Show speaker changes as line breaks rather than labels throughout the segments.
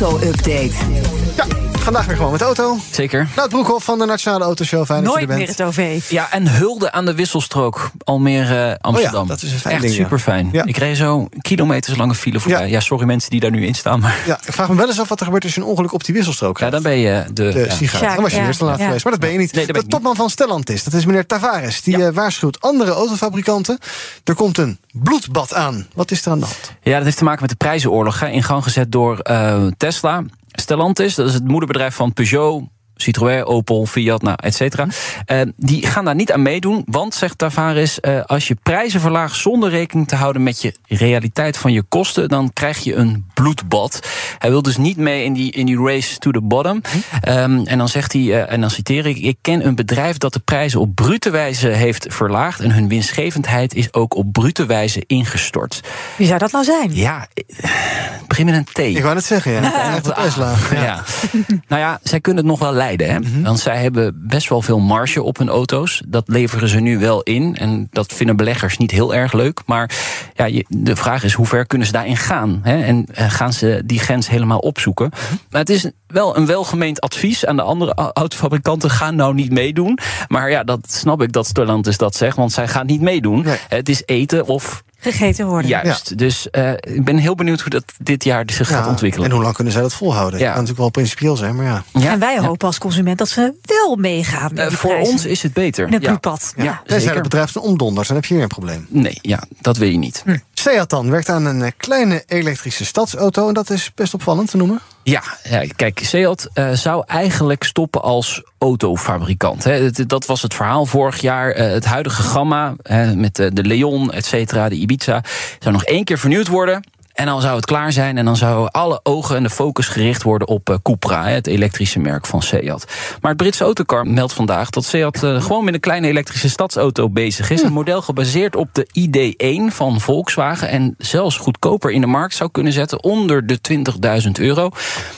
Auto-update.
Ja, vandaag weer gewoon met de auto.
Zeker.
Nout Broekhoff van de Nationale Autoshow. Fijn dat je er
Nooit
bent.
meer het OV.
Ja, en hulde aan de wisselstrook Almere eh, Amsterdam.
Oh dat is een fijn
Echt
ding, ja.
super fijn.
Ja.
Ik reed zo kilometers lange file voorbij.
Ja.
Ja. sorry mensen die daar nu in staan, maar
Ja, ik vraag me wel eens af wat er gebeurt als je een ongeluk op die wisselstrook
ja,
krijgt.
dan ben je de.
de
ja.
sigaar.
Ja,
Dan was je
ja,
eerst te laat
ja.
geweest. Maar dat ben je niet.
Nee, dat ben
de
ik niet.
topman van Stellantis, dat is meneer Tavares. Die eh, waarschuwt andere autofabrikanten. Er komt een bloedbad aan. Wat is er aan de hand?
Ja, dat heeft te maken met de prijzenoorlog. hè, In gang gezet door eh, Tesla. Stellantis, dat is het moederbedrijf van Peugeot. Citroën, Opel, Fiat, nou, et cetera. Eh, die gaan daar niet aan meedoen. Want, zegt Tavares, eh, als je prijzen verlaagt zonder rekening te houden met je realiteit van je kosten, dan krijg je een bloedbad. Hij wil dus niet mee in die, in die race to the bottom. Ehm, en dan zegt hij, eh, en dan citeer ik: Ik ken een bedrijf dat de prijzen op brute wijze heeft verlaagd. En hun winstgevendheid is ook op brute wijze ingestort.
Wie zou dat nou zijn?
Ja, eh, begin met een T.
Ik wou net zeggen, ja. Echt de Tesla.
Ja. nou ja, zij kunnen het nog wel leiden. Hè?
Mhm.
Want zij hebben best wel veel marge op hun auto's. Dat leveren ze nu wel in. En dat vinden beleggers niet heel erg leuk. Maar ja, je- de vraag is, hoe ver kunnen ze daarin gaan? Hè? En eh, gaan ze die grens helemaal opzoeken? Maar het is wel een welgemeend advies aan de andere au- autofabrikanten. Ga nou niet meedoen. Maar ja, dat snap ik dat Stellantis dat zegt. Want zij gaan niet meedoen.
Nee.
Het is eten of
Gegeten worden.
Juist. Dus eh, ik ben heel benieuwd hoe dat dit jaar zich gaat
Ja,
ontwikkelen.
En hoe lang kunnen zij dat volhouden?
Ja.
Dat kan natuurlijk wel principieel zijn, maar ja.
Ja.
En wij
Ja.
hopen als consument dat ze wel meegaan. met
Eh,
die
voor
prijzen.
ons is het beter.
In het
Ja.
bloedbad. Ja.
Ja.
Zij zijn
Zeker.
het bedrijf een omdonders, dan heb je weer een probleem.
Nee, ja, dat wil je niet.
Seat dan werkt aan een eh, kleine elektrische stadsauto. En dat is best opvallend te noemen.
Ja, ja, kijk, Seat eh, zou eigenlijk stoppen als autofabrikant. Hè. Het- Dat was het verhaal vorig jaar. Eh, het huidige gamma hè, met eh, de Leon, et cetera, de Ibiza... zou nog één keer vernieuwd worden... En dan zou het klaar zijn en dan zou alle ogen en de focus gericht worden op eh, Cupra, hè, het elektrische merk van Seat. Maar het Britse autocar meldt vandaag dat Seat eh, gewoon met een kleine elektrische stadsauto bezig is. Een model gebaseerd op de ID1 van Volkswagen en zelfs goedkoper in de markt zou kunnen zetten onder de 20.000 euro.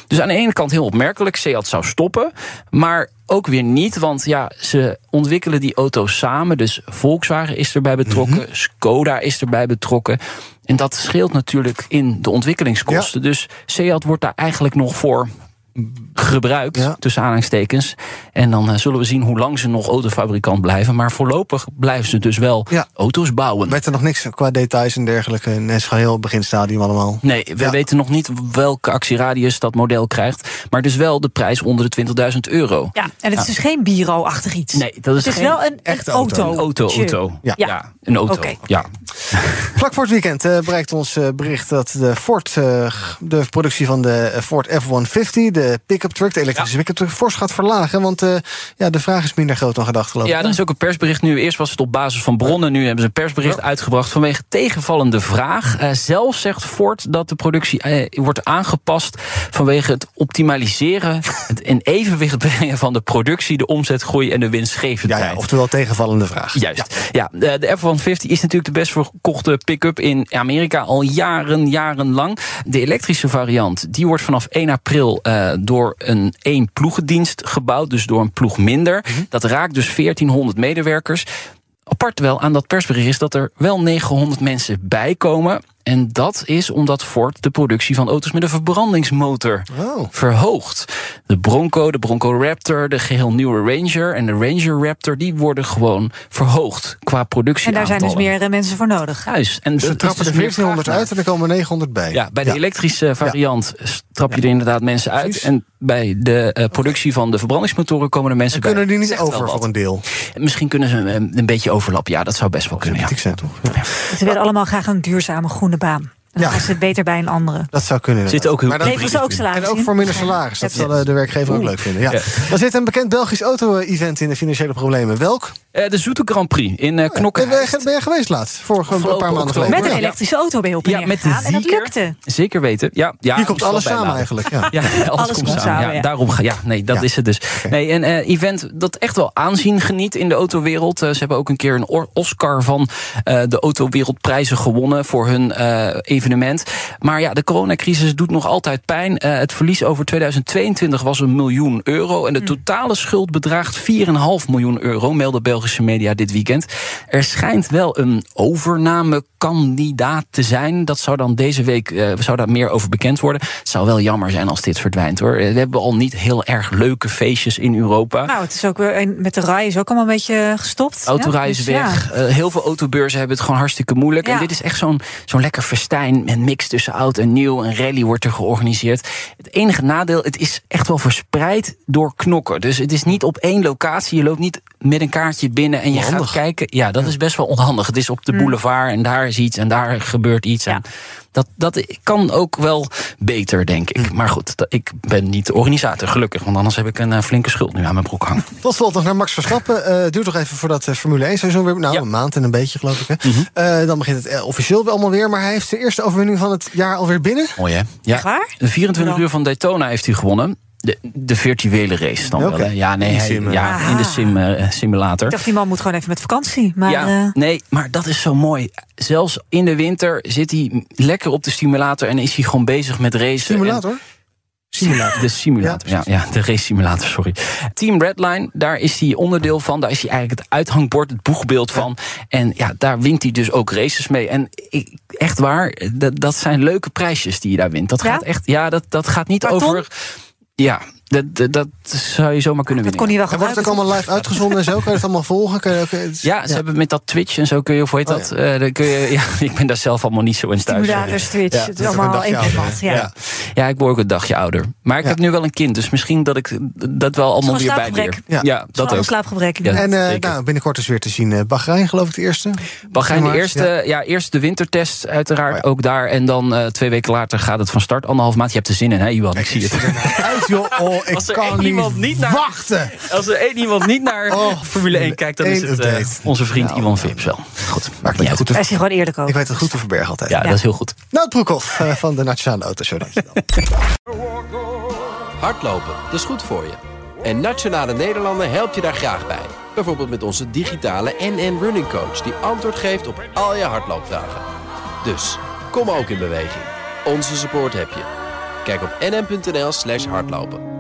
Dus aan de ene kant heel opmerkelijk, Seat zou stoppen, maar ook weer niet, want ja, ze ontwikkelen die auto's samen. Dus Volkswagen is erbij betrokken, Skoda is erbij betrokken. En dat scheelt natuurlijk in de ontwikkelingskosten. Dus Seat wordt daar eigenlijk nog voor gebruikt,
Ja.
tussen aanhalingstekens. En dan eh, zullen we zien hoe lang ze nog autofabrikant blijven. Maar voorlopig blijven ze dus wel
Ja.
auto's bouwen.
Werd er nog niks qua details en dergelijke. En het is gewoon heel beginstadium allemaal.
Nee, we
Ja.
weten nog niet welke actieradius dat model krijgt. Maar dus wel de prijs onder de 20.000 euro.
Ja, en het is dus geen bureau-achtig iets.
Nee, dat is
het is
geen
wel een, echt
echte
auto.
auto.
Een auto, auto.
Ja.
een auto.
Oké.
Ja.
Vlak voor het weekend eh, bereikt ons eh, bericht dat de Ford, eh, de productie van de eh, Ford F-150, de pick-up truck, de elektrische pick-up truck, fors gaat verlagen. Want eh, ja, de vraag is minder groot dan gedacht, geloof ik.
Ja, er is ook een persbericht nu. Eerst was het op basis van bronnen. Nu hebben ze een persbericht uitgebracht vanwege tegenvallende vraag. Eh, zelf zegt Ford dat de productie eh, wordt aangepast vanwege het optimaliseren, het in evenwicht brengen van de productie, de omzetgroei en de
ja,
winstgevendheid.
ja, oftewel tegenvallende vraag.
Juist. Ja, eh, de F-150 is natuurlijk de best verkochte pick-up in Amerika al jaren, jarenlang. De elektrische variant, die wordt vanaf 1 april eh, door een één ploegendienst gebouwd, dus door een ploeg minder. Dat raakt dus 1400 medewerkers. Apart wel aan dat persbericht is dat er wel 900 mensen bij komen. En dat is omdat Ford de productie van auto's met een verbrandingsmotor
Oh.
verhoogd. De Bronco, de Bronco Raptor, de geheel nieuwe Ranger en de Ranger Raptor... die worden gewoon verhoogd qua productie.
En daar zijn dus meer eh, mensen voor nodig.
Huis. En
Dus ze
dat
trappen
is
er
dus meer
1400
vraag naar.
uit en er komen 900 bij.
Ja, bij de elektrische variant trap je er inderdaad mensen uit.
Precies.
En bij de eh, productie van de verbrandingsmotoren komen er mensen bij.
Kunnen die niet
Zegt wel
over
wat.
voor een deel?
Misschien kunnen ze eh, een, een beetje overlappen. Ja, dat zou best wel kunnen. Ja.
Ik zei toch? Ja.
Ze willen allemaal graag een duurzame groene baan. En dan
Ja.
is het beter bij een andere.
Dat zou kunnen.
Zit ook heel
Maar dan-
Leveren ze ook salaris
En ook
in?
voor minder salaris. Dat
Ja.
zal eh, de werkgever ook leuk vinden. Ja. Oh Er zit een bekend Belgisch auto-event in de financiële problemen. Welk?
Eh, de Zoete Grand Prix in
Ben
eh
jij,
Knokkenhuis.
ben jij geweest laatst? Vorige een
Afgelopen
paar maanden
oktober.
geleden.
Met een
Ja.
elektrische auto ben je op en
Ja,
neer
met de
gegaan. En dat
zieker.
lukte.
Zeker weten. Ja, ja,
Hier komt alles samen
bijladen.
eigenlijk. Ja.
Ja, alles, komt samen. ja. Daarom ga, ja, nee, dat
Ja.
is het dus. Nee, een eh, event dat echt wel aanzien geniet in de autowereld. Eh, ze hebben ook een keer een or- Oscar van eh, de autowereldprijzen gewonnen voor hun eh, evenement. Maar ja, de coronacrisis doet nog altijd pijn. Eh, het verlies over 2022 was een miljoen euro. En de totale schuld bedraagt 4,5 miljoen euro, melden Belgische media dit weekend. Er schijnt wel een overnamekandidaat te zijn. Dat zou dan deze week eh, zou daar meer over bekend worden. Het zou wel jammer zijn als dit verdwijnt hoor. Eh, We hebben al niet heel erg leuke feestjes in Europa.
Nou, het is ook weer, en met de rij is ook allemaal een beetje eh, gestopt.
De Autorij
ja,
is
dus ja.
weg. Eh, heel veel autobeurzen hebben het gewoon hartstikke moeilijk.
Ja.
En dit is echt zo'n zo'n lekker festijn. Een mix tussen oud en nieuw. Een rally wordt er georganiseerd. Het enige nadeel, het is echt wel verspreid door knokken. Dus het is niet op één locatie. Je loopt niet met een kaartje binnen en je
Onhandig.
gaat kijken. Ja, dat is best wel onhandig. Het is op de boulevard en daar is iets en daar gebeurt iets.
Hm. Ja.
En dat, dat kan ook wel beter, denk
Hm.
ik. Maar goed, dat- ik ben niet de organisator, gelukkig. Want anders heb ik een eh, flinke schuld nu aan mijn broek hangen.
Tot slot nog naar Max Verstappen. Eh, het duurt nog even voordat de Formule 1 seizoen weer... Nou,
Ja. Mhm.
een maand en een beetje, geloof ik. Hè. Eh, dan begint het eh, officieel wel allemaal weer. Maar hij heeft de eerste overwinning van het jaar alweer binnen.
Mooi hè? Ja.
Echt waar?
De 24
Dan?
uur van Daytona heeft hij gewonnen. De, de virtuele race dan
Oké.
wel. Hè? Ja, nee,
In
hij,
sim, hè?
ja, in de sim, eh, simulator.
Ik dacht, die man moet gewoon even met vakantie. Maar
ja,
eh,
nee, maar dat is zo mooi. Zelfs in de winter zit hij lekker op de simulator en is hij gewoon bezig met racen.
Simulator.
Simulator. De simulator, ja,
Ja,
ja, de race simulator, sorry. Team Redline, daar is hij onderdeel van. Daar is hij eigenlijk het uithangbord, het boegbeeld van. En ja, daar wint hij dus ook races mee. En ik, echt waar, dat, dat zijn leuke prijsjes die je daar wint. Dat
Ja?
gaat echt, ja, dat, dat gaat niet
Paar ton?
over. Ja, dat, dat, dat zou je zomaar kunnen
dat
winnen.
kon hij wel
En wordt het ook
gebruiken.
allemaal live uitgezonden en zo? Kan je het allemaal volgen? Kan je ook, eh, het-
Ja, ze hebben met dat Twitch en zo kun je, of hoe heet
Oh,
dat? Eh, dan kun je, ja, ik ben daar zelf allemaal niet zo in thuis.
Simulators, Twitch,
Ja,
het
dat
is
is ook een
allemaal
dagje
even
ouder,
wat.
hè?
Ja.
Ja.
Ja, ik word ook een dagje ouder. Maar ik
Ja.
heb nu wel een kind, dus misschien dat ik dat wel allemaal
Zo'n
weer bij leer.
slaapgebrek.
Ja.
dat
Allemaal
ook.
slaapgebrek.
Ja.
En eh,
zeker.
nou, binnenkort is weer te zien eh, Bahrein, geloof ik, de eerste.
Bahrein de
Maar,
eerste, ja. eerst de wintertest uiteraard,
Oh ja.
ook daar. En dan eh, twee weken later gaat het van start. Anderhalf maand, je hebt er zin in hè, Johan, ik zie het.
Uit, joh. Oh, ik
Als er
kan
één iemand niet naar-
wachten.
Als er één iemand niet naar
Oh,
Formule 1 kijkt, dan is
één
het eh,
update. Nou.
onze vriend
Ja,
Iwan Vips wel. Goed,
Maar ik weet, het
niet uit.
goed te,
Hij is hier gewoon eerlijk
ik
over.
weet het goed te verbergen altijd.
Ja, dat is heel goed.
Nou, Broekhoff eh, van de Nationale Autoshow. dankjewel.
Hardlopen, dat is goed voor je. En Nationale Nederlanden helpt je daar graag bij. Bijvoorbeeld met onze digitale NN Running Coach... die antwoord geeft op al je hardloopvragen. Dus, kom ook in beweging. Onze support heb je. Kijk op nn.nl slash hardlopen.